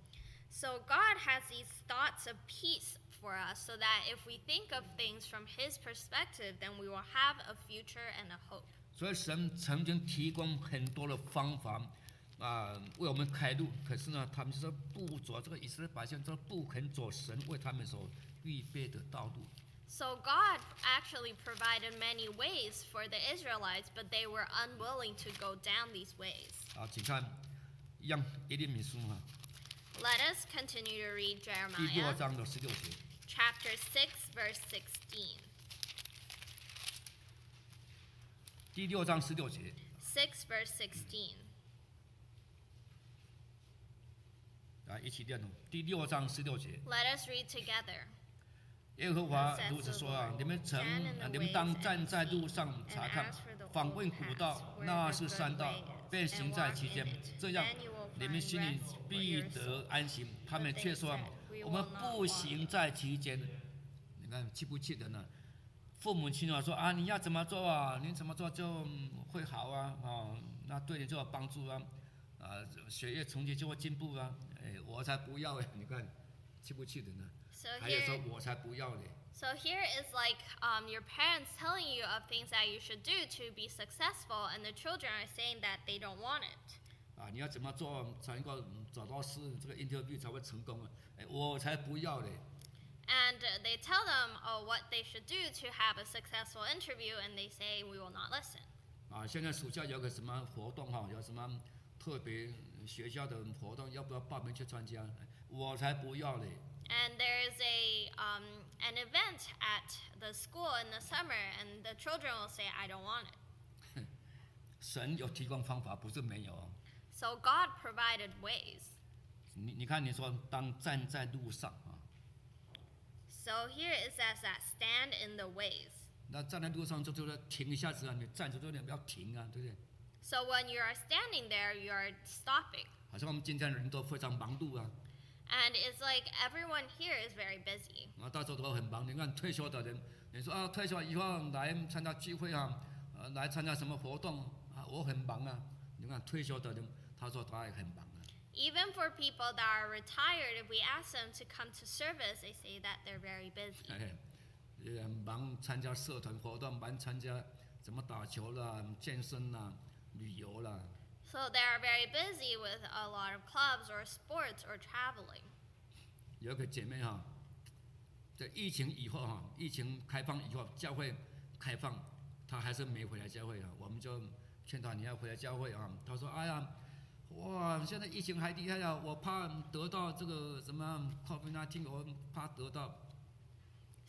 S2: So God has these thoughts of peace for us so that if we think of things from his perspective, then we will have a future and a hope.
S1: 所以神曾经提供很多的方法啊、为我们开路，可是呢，他们就是不走这个以色列百姓，就是不肯走神为他们所预备的道路。
S2: So God actually provided many ways for the Israelites, but they were unwilling to go down these ways.
S1: 啊，请看，一样耶利米书哈、
S2: Let us continue to read
S1: 第六
S2: Jeremiah
S1: 章的十六节。
S2: chapter 6 verse 16.
S1: 第六章十六节，
S2: 6 verse 16.
S1: 来一起念哦。第六章十六节，
S2: Let us read together.
S1: 耶和华如此说啊：你们曾，啊你们当站在路上查看，访问古道，那是山道，便行在其间。这样，你们心里必得安息。他们却说，啊我们不行在其间。你看气不气人呢、父母亲啊说啊，你要怎么做啊？你怎么做就嗯会好啊？哦，那对你就有帮助啊，啊，学业成绩就会进步啊。哎，我才不要哎！你看，气不气人呢、
S2: So
S1: 还有
S2: here
S1: 说我才不要呢。
S2: so here is like um, your parents telling you of things that you should do to be successful and the children are saying that they don't want it.
S1: 啊，你要怎么做才能够嗯找到事，这个 interview 才会成功啊？哎，我才不要嘞！
S2: And uh, they tell them oh, what they should do to have a successful interview, and they say, We will not listen.
S1: 啊，现在暑假有个什么活动哈、有什么特别嗯学校的活动，要不要报名去参加？哎我才不要嘞！
S2: And there is a, um, an event at the school in the summer, and the children will say, I don't want it.
S1: 神有提供方法，不是没有哦。
S2: So God provided ways.
S1: 你你看，你说当站在路上啊，
S2: So here it says that stand in the ways.
S1: 那站在路上就就是停一下子啊，你站着就你不要停啊，对不对？
S2: So when you are standing there, you are stopping.
S1: 好像我们今天人都非常忙碌啊，
S2: And it's like everyone here is very busy.
S1: 啊，大家都很忙。你看退休的人，你说啊，退休以后来参加聚会啊，呃，来参加什么活动啊？我很忙啊。你看退休的人，他说他也很忙啊。
S2: Even for people that are retired, if we ask them to come to service, they say that they're very busy.
S1: 哎，也忙参加社团活动，忙参加什么打球啦、健身啦、旅游啦。
S2: So they are very busy with a lot of clubs or sports or traveling.
S1: 有一个姐妹哈、在疫情以后哈、疫情开放以后，教会开放，她还是没回来教会啊。我们就劝她你要回来教会啊。她说：“哎呀，哇，现在疫情还厉害啊，我怕得到这个什么 COVID-19，我怕得到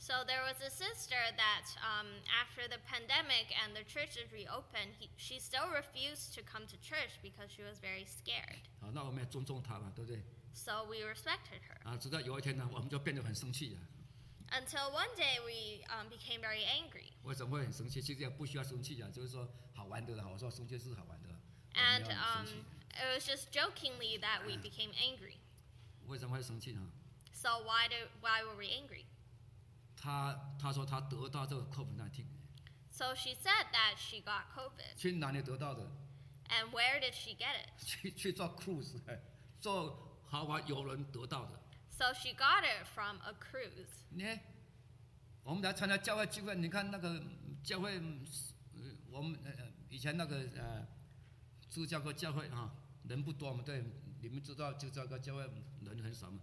S2: So there was a sister that, um, after the pandemic and the churches reopened, he, she still refused to come to church because she was very scared.
S1: 啊，那我们也尊重她嘛，对不对？
S2: So we respected her.
S1: 啊，直到有一天呢，我们就变得很生气啊。
S2: Until one day we um, became very angry.
S1: 为什么会很生气？其实也不需要生气啊，就是说好玩的啦。我说生气是好玩的，我
S2: And
S1: 们要很
S2: um,
S1: 生气。
S2: it was just jokingly that we became angry.
S1: 为什么会生气呢？
S2: So why, do, why were we angry?
S1: 她她说她得到这个 COVID-19。
S2: So she said that she got COVID.
S1: 去哪里得到的？
S2: And where did she get it?
S1: 去去做 cruise，哎坐豪华游轮得到的。
S2: So she got it from a cruise.
S1: 你看，我们来参加教会聚会，你看那个嗯教会，嗯呃我们呃呃以前那个呃，芝加哥教会啊，人不多嘛，对，你们知道芝加哥教会人很少嘛，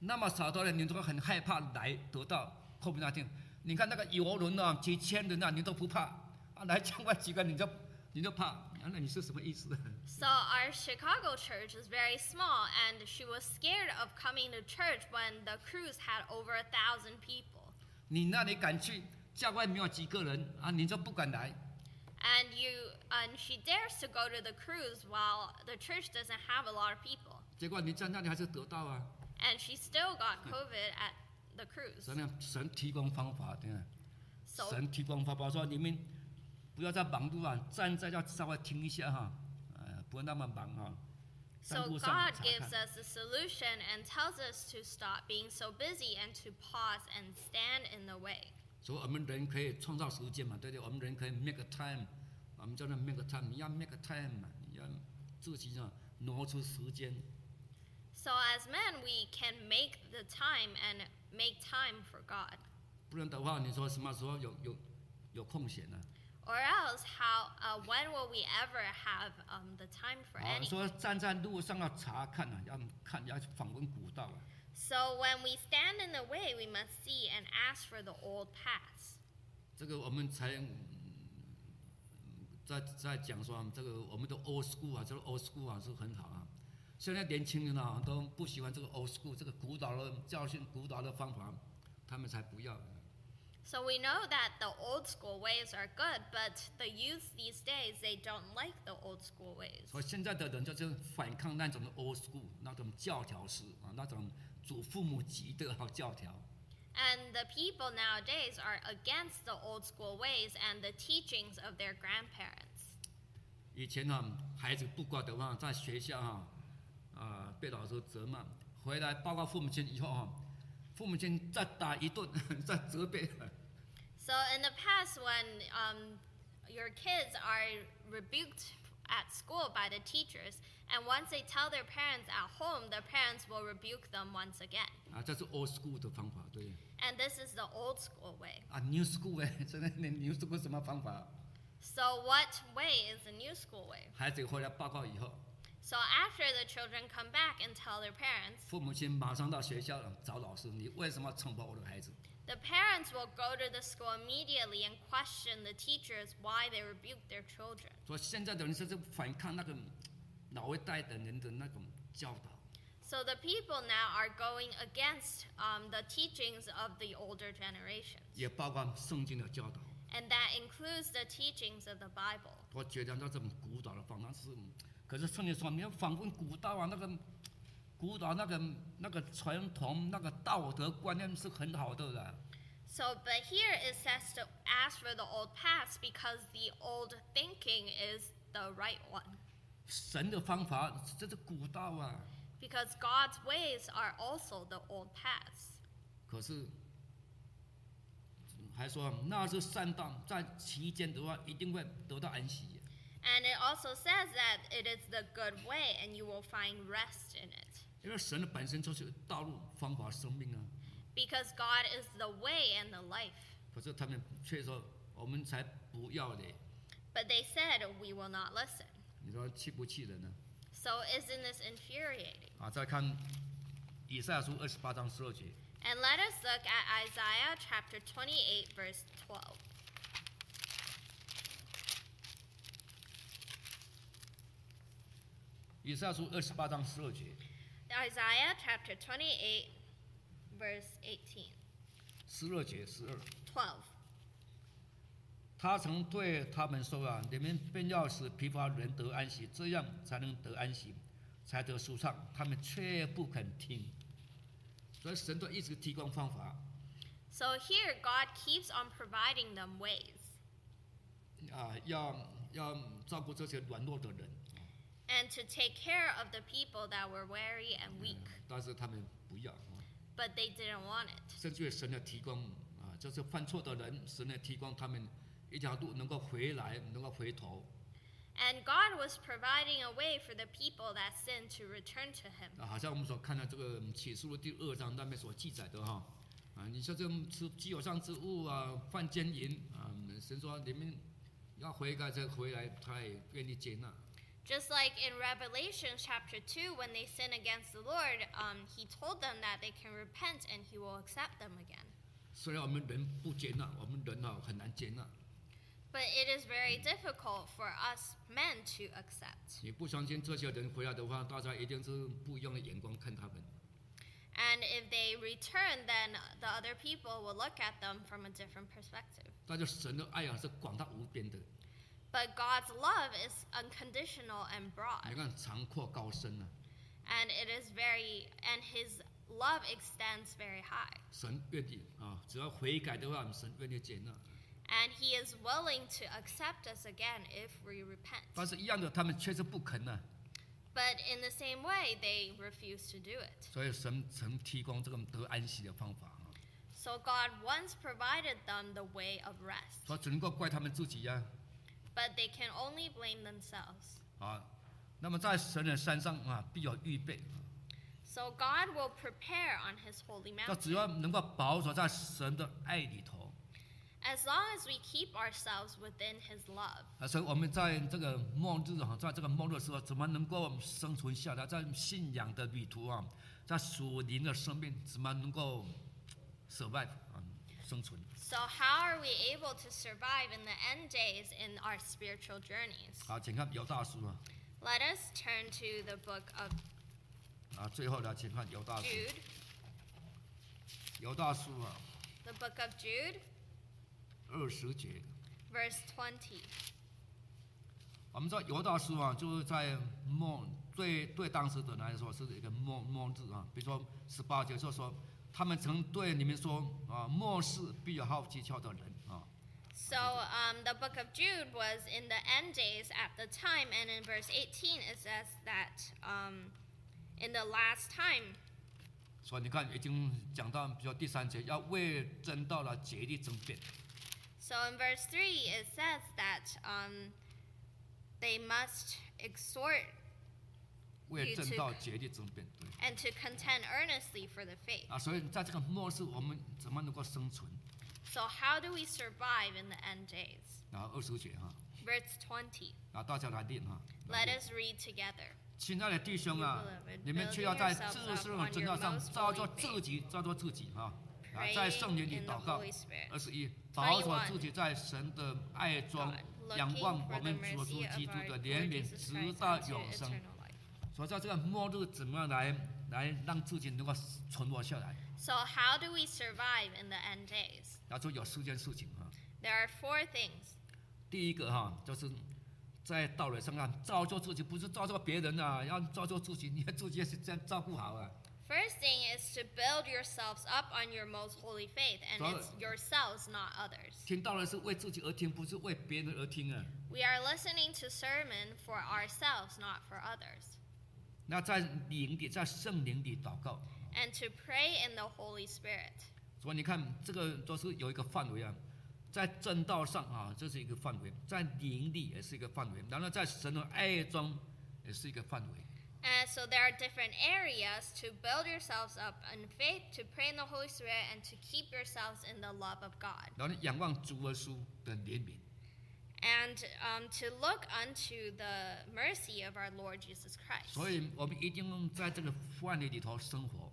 S1: 那么少的人，你都很害怕来得到后面那天，你看那个游轮啊，几千人啊，你都不怕，啊，来教会几个你就你就怕，啊那你是什么意思？
S2: So our Chicago church is very small, and she was scared of coming to church when the cruise had over a thousand people.
S1: 你那里敢去，教会没有几个人啊，你就不敢来。
S2: And you, and she dares to go to the cruise while the church doesn't have a lot of people.
S1: 结果你在那里还是得到啊。
S2: And she still got COVID at the cruise.
S1: 神呢，啊神提供方法，对吧？
S2: So
S1: 神提供方法说，你们不要再忙碌啊，站在要稍微停一下哈、呃，不要那么忙啊。
S2: So
S1: 站路上
S2: God
S1: 查看，
S2: gives us a solution and tells us to stop being so busy and to pause and stand in the way.
S1: 所以我们人可以创造时间嘛，对不对？我们人可以 make a time，我们叫做 make a time，你要 make a time 嘛，你要自己啊挪出时间。
S2: So as men, we can make the time and make time for God.
S1: 不然的话，你说什么时候有有有空闲呢、
S2: Or else, how? Uh, when will we ever have um, the time for
S1: 啊？
S2: any?
S1: 说站在路上要查看啊，要看要访问古道啊。
S2: So when we stand in the way, we must see and ask for the old paths.
S1: 这个我们才嗯在在讲说啊这个我们的 old school 啊，这个 old school 啊是很好啊。现在年轻人啊都不喜欢这个 old school 这个古老的教训、古老的方法，他们才不要。
S2: So we know that the old school ways are good, but the youth these days they don't like the old school ways.
S1: 所以现在的人就是反抗那种的 old school 那种教条式啊，那种祖父母级的啊教条。
S2: And the people nowadays are against the old school ways and the teachings of their grandparents.
S1: 以前呢、孩子不乖的话，在学校啊，啊、被老师责骂，回来报告父母亲以后啊，父母亲再打一顿， 再责备。
S2: So in the past, when um, your kids are rebuked at school by the teachers, and once they tell their parents at home, the parents will rebuke them once again.
S1: 啊，这是 old school 的方法，对。
S2: And this is the old school way.
S1: 啊，new school 哎， 现在你 new school 什么方法？
S2: So what way is the new school way?
S1: 孩子回来报告以后，
S2: So after the children come back and tell their parents,
S1: 父母亲马上到学校了找老师，你为什么惩罚我的孩子？
S2: The parents will go to the school immediately and question the teachers why they rebuke their children.
S1: 说现在的人就是反抗那个老一代的人的那种教导，
S2: So the people now are going against um, the teachings of the older generation,
S1: 也包括圣经的教导。
S2: and that includes the teachings of the Bible.
S1: 我觉得那种古老的方法是，可是圣经说你要访问古道啊，那个古老那个那个传统那个道德观念是很好的啦。
S2: So, but here it says to ask for the old paths because the old thinking is the right one.
S1: 神的方法这是古道啊，
S2: Because God's ways are also the old paths.
S1: 可是还说那是善道，在期间的话一定会得到安息。
S2: And it also says that it is the good way and you will find rest in it.
S1: 因为神的本身就是道路、方法、生命啊。
S2: Because God is the way and the life.
S1: 可是他们却说我们才不要嘞，
S2: But they said, We will not listen.
S1: 你说气不气人啊呢？
S2: So isn't this infuriating?
S1: 啊，再看以赛亚书二十八章十二节，
S2: And let us look at Isaiah chapter 28, verse 12.
S1: 以赛亚书二十八章十二节，
S2: Isaiah chapter 28, verse 18.
S1: 十二节十二，
S2: 12.
S1: 他曾对他们说啊，你们便要使疲乏人得安息，这样才能得安息，才得舒畅。他们却不肯听，所以神都一直提供方法
S2: So here, God keeps on providing them ways
S1: 啊，要要照顾这些软弱的人，
S2: and to take care of the people that were weary and weak,
S1: 但是他们不要啊。
S2: but they didn't want it.
S1: 甚至神来提供啊，就是犯错的人，神来提供他们一条路，能够回来，能够回头
S2: And God was providing a way for the people that sinned to return to Him.
S1: 啊。好像我们所看到这个嗯启示录第二章那边所记载的哈，啊，你说这种吃基有上之物啊，犯奸淫啊，嗯神说你们要悔改再回来，他也愿意接纳。
S2: Just like in Revelation chapter 2, when they sin against the Lord, um, He told them that they can repent and He will accept them again.
S1: 虽然我们人不接纳，我们人啊很难接纳。
S2: But it is very difficult for us men to accept.
S1: 你不相信这些人回来的话，大家一定是不一样的眼光看他们。
S2: And if they return, then the other people will look at them from a different perspective.
S1: 但是神的爱啊是广大无边的，
S2: But God's love is unconditional and
S1: 你
S2: broad,
S1: 看长阔高深啊。
S2: and it is very, and His love extends very high.
S1: 神愿意啊，只要悔改的话，神愿意接纳。
S2: And He is willing to accept us again if we repent.
S1: 但是，一样的，他们确实不肯啊呢、
S2: But in the same way, they refuse to do it.
S1: 所以，神曾提供这个得安息的方法啊，
S2: So God once provided them the way of rest,
S1: 所以只能够怪他们自己呀、
S2: but they can only blame themselves.
S1: 啊。那么在神的山上啊，必有预备。
S2: So God will prepare on His holy
S1: 啊那
S2: mountain.
S1: 只要能够保守在神的爱里头
S2: As long as we keep ourselves within His love.
S1: 啊，所以我们在这个末日啊，在这个末日的时候，怎么能够生存下来？在信仰的旅途啊，在属灵的生命，怎么能够 survive 啊，生存？
S2: So, how are we able to survive in the end days in our spiritual journeys?
S1: 好，请看犹大叔啊。
S2: Let us turn to the book of
S1: 啊，最后呢，请看犹大书，
S2: Jude,
S1: 犹大书啊，
S2: the book of Jude,
S1: 二十节。
S2: verse 20.
S1: 我们知道犹大书啊，就是在末对对当时的人来说是一个末末日啊。比如说十八节就说，他们曾对你们说啊，末世必有好奇窍的人啊。
S2: So, um, the book of Jude was in the end days at the time, and in verse 18 it says that um, in the last time,
S1: 所以你看，已经讲到，比如说第三节，要为争道了竭力争辩。
S2: So in verse 3, it says that um, they must exhort
S1: 为争道竭力争辩，对
S2: and to contend earnestly for the faith.
S1: 啊，所以在这个末世，我们怎么能够生存？
S2: So, how do we survive in the end days?
S1: 然后二十节哈，
S2: Verse 20.
S1: 啊，大家来练哈。来
S2: Let
S1: 练
S2: us read together.
S1: 亲爱的弟兄啊
S2: Beloved,，
S1: 你们却要在自身的正道上照做自己，照做自己啊！啊，在圣灵里
S2: Praying in the
S1: 祷告
S2: Holy。Spirit.
S1: 二十一，保守自己在神的爱中
S2: God,，
S1: 仰
S2: looking
S1: 望
S2: for
S1: 我
S2: the
S1: 们主
S2: mercy
S1: 耶
S2: of
S1: 稣基督
S2: our
S1: 的
S2: Lord
S1: 怜悯，
S2: Jesus
S1: 直
S2: Christ
S1: 到
S2: unto
S1: 永生
S2: eternal。life.
S1: 所以在这个末日，怎么样来来让自己能够存活下来？
S2: So, how do we survive in the end days?
S1: 然后有四件事情啊。
S2: There are four things.
S1: 第一个哈、就是在道理上啊，照做自己，不是照做别人啊，要照做自己，你要自己是这样照顾好啊。
S2: First thing is to build yourselves up on your most holy faith, and
S1: So-
S2: it's yourselves, not others.
S1: 听到的是为自己而听，不是为别人而听啊。
S2: We are listening to sermon for ourselves, not for others,
S1: 那在灵里，在圣灵里祷告。
S2: and to pray in the Holy Spirit.
S1: 所以你看，这个都是有一个范围啊。在正道上啊，这是一个范围；在灵力也是一个范围，然后在神的爱中也是一个范围。
S2: And so there are different areas to build yourselves up in faith, to pray in the Holy Spirit, and to keep yourselves in the love of God,
S1: 然后仰望主耶稣的怜悯，
S2: and um, to look unto the mercy of our Lord Jesus Christ.
S1: 所以我们一定在这个范围里头生活，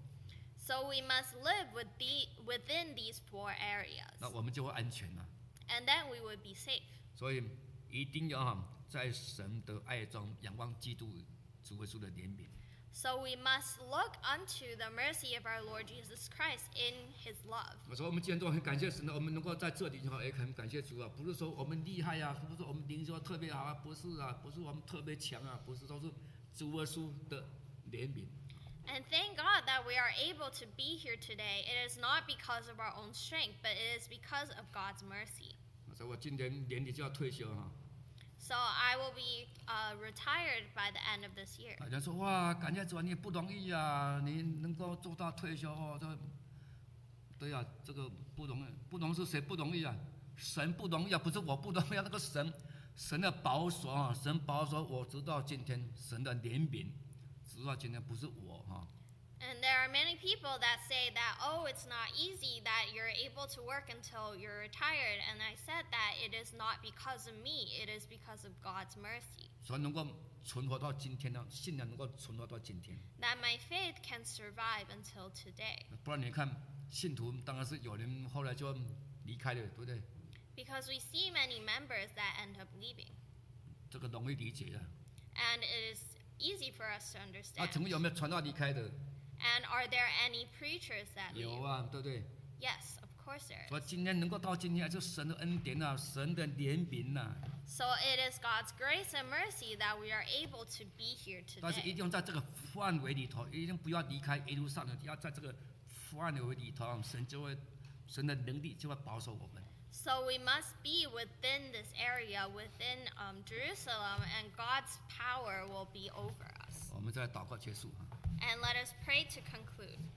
S2: So we must live with the, within these four
S1: 那
S2: areas,
S1: 我们就会安全了、
S2: and then we would be safe.
S1: 所以一定要啊在神的爱中仰望基督主耶稣的怜悯。
S2: So we must look unto the mercy of our Lord Jesus Christ in his love.
S1: 我说我们今天都很感谢神的，啊我们能够在这里哈，也很感谢主啊！不是说我们厉害呀、不是说我们灵修特别好啊，不是啊，不是我们特别强啊，不是，都是主耶稣的怜悯。
S2: And thank God that we are able to be here today. It is not because of our own strength, but it is because of God's mercy.
S1: 所以我今年年底就要退休啊哈、
S2: So I will be uh, retired by the end of this year.
S1: 啊，人说哇，感谢主啊，你不容易啊，你能够做到退休哦，这，对呀、啊，这个不容易，不容易是谁不容易啊？神不容易啊，不是我不容易啊，那个神，神的保守啊，神保守我直到今天，神的怜悯，直到今天不是我哈、
S2: And there are many people that say that, oh, it's not easy that you're able to work until you're retired. And I said that it is not because of me, it is because of God's mercy.
S1: 所以能够存活到今天呢，啊信仰能够存活到今天。
S2: That my faith can survive until today.
S1: 不然你看，信徒当然是有人后来就离开了，对不对？
S2: Because we see many members that end up leaving.
S1: 这个容易理解啊。
S2: And it is easy for us to
S1: 啊，
S2: understand.
S1: 请问有没有传道离开的？
S2: And are there any preachers that
S1: 有
S2: leave?
S1: 啊，对不对？
S2: Yes, of course there is.
S1: 所以今天能够到今天，就啊神的恩典啊，神的怜悯呐、
S2: So it is God's grace and mercy that we are able to be here
S1: 但是一定
S2: today.
S1: 要在这个范围里头，一定不要离开一路上的，要在这个范围里头啊，神就会，神的能力就会保守我们。
S2: So we must be within this area, within um, Jerusalem, and God's power will be over us.
S1: 我们再来祷告结束啊。
S2: And let us pray to conclude.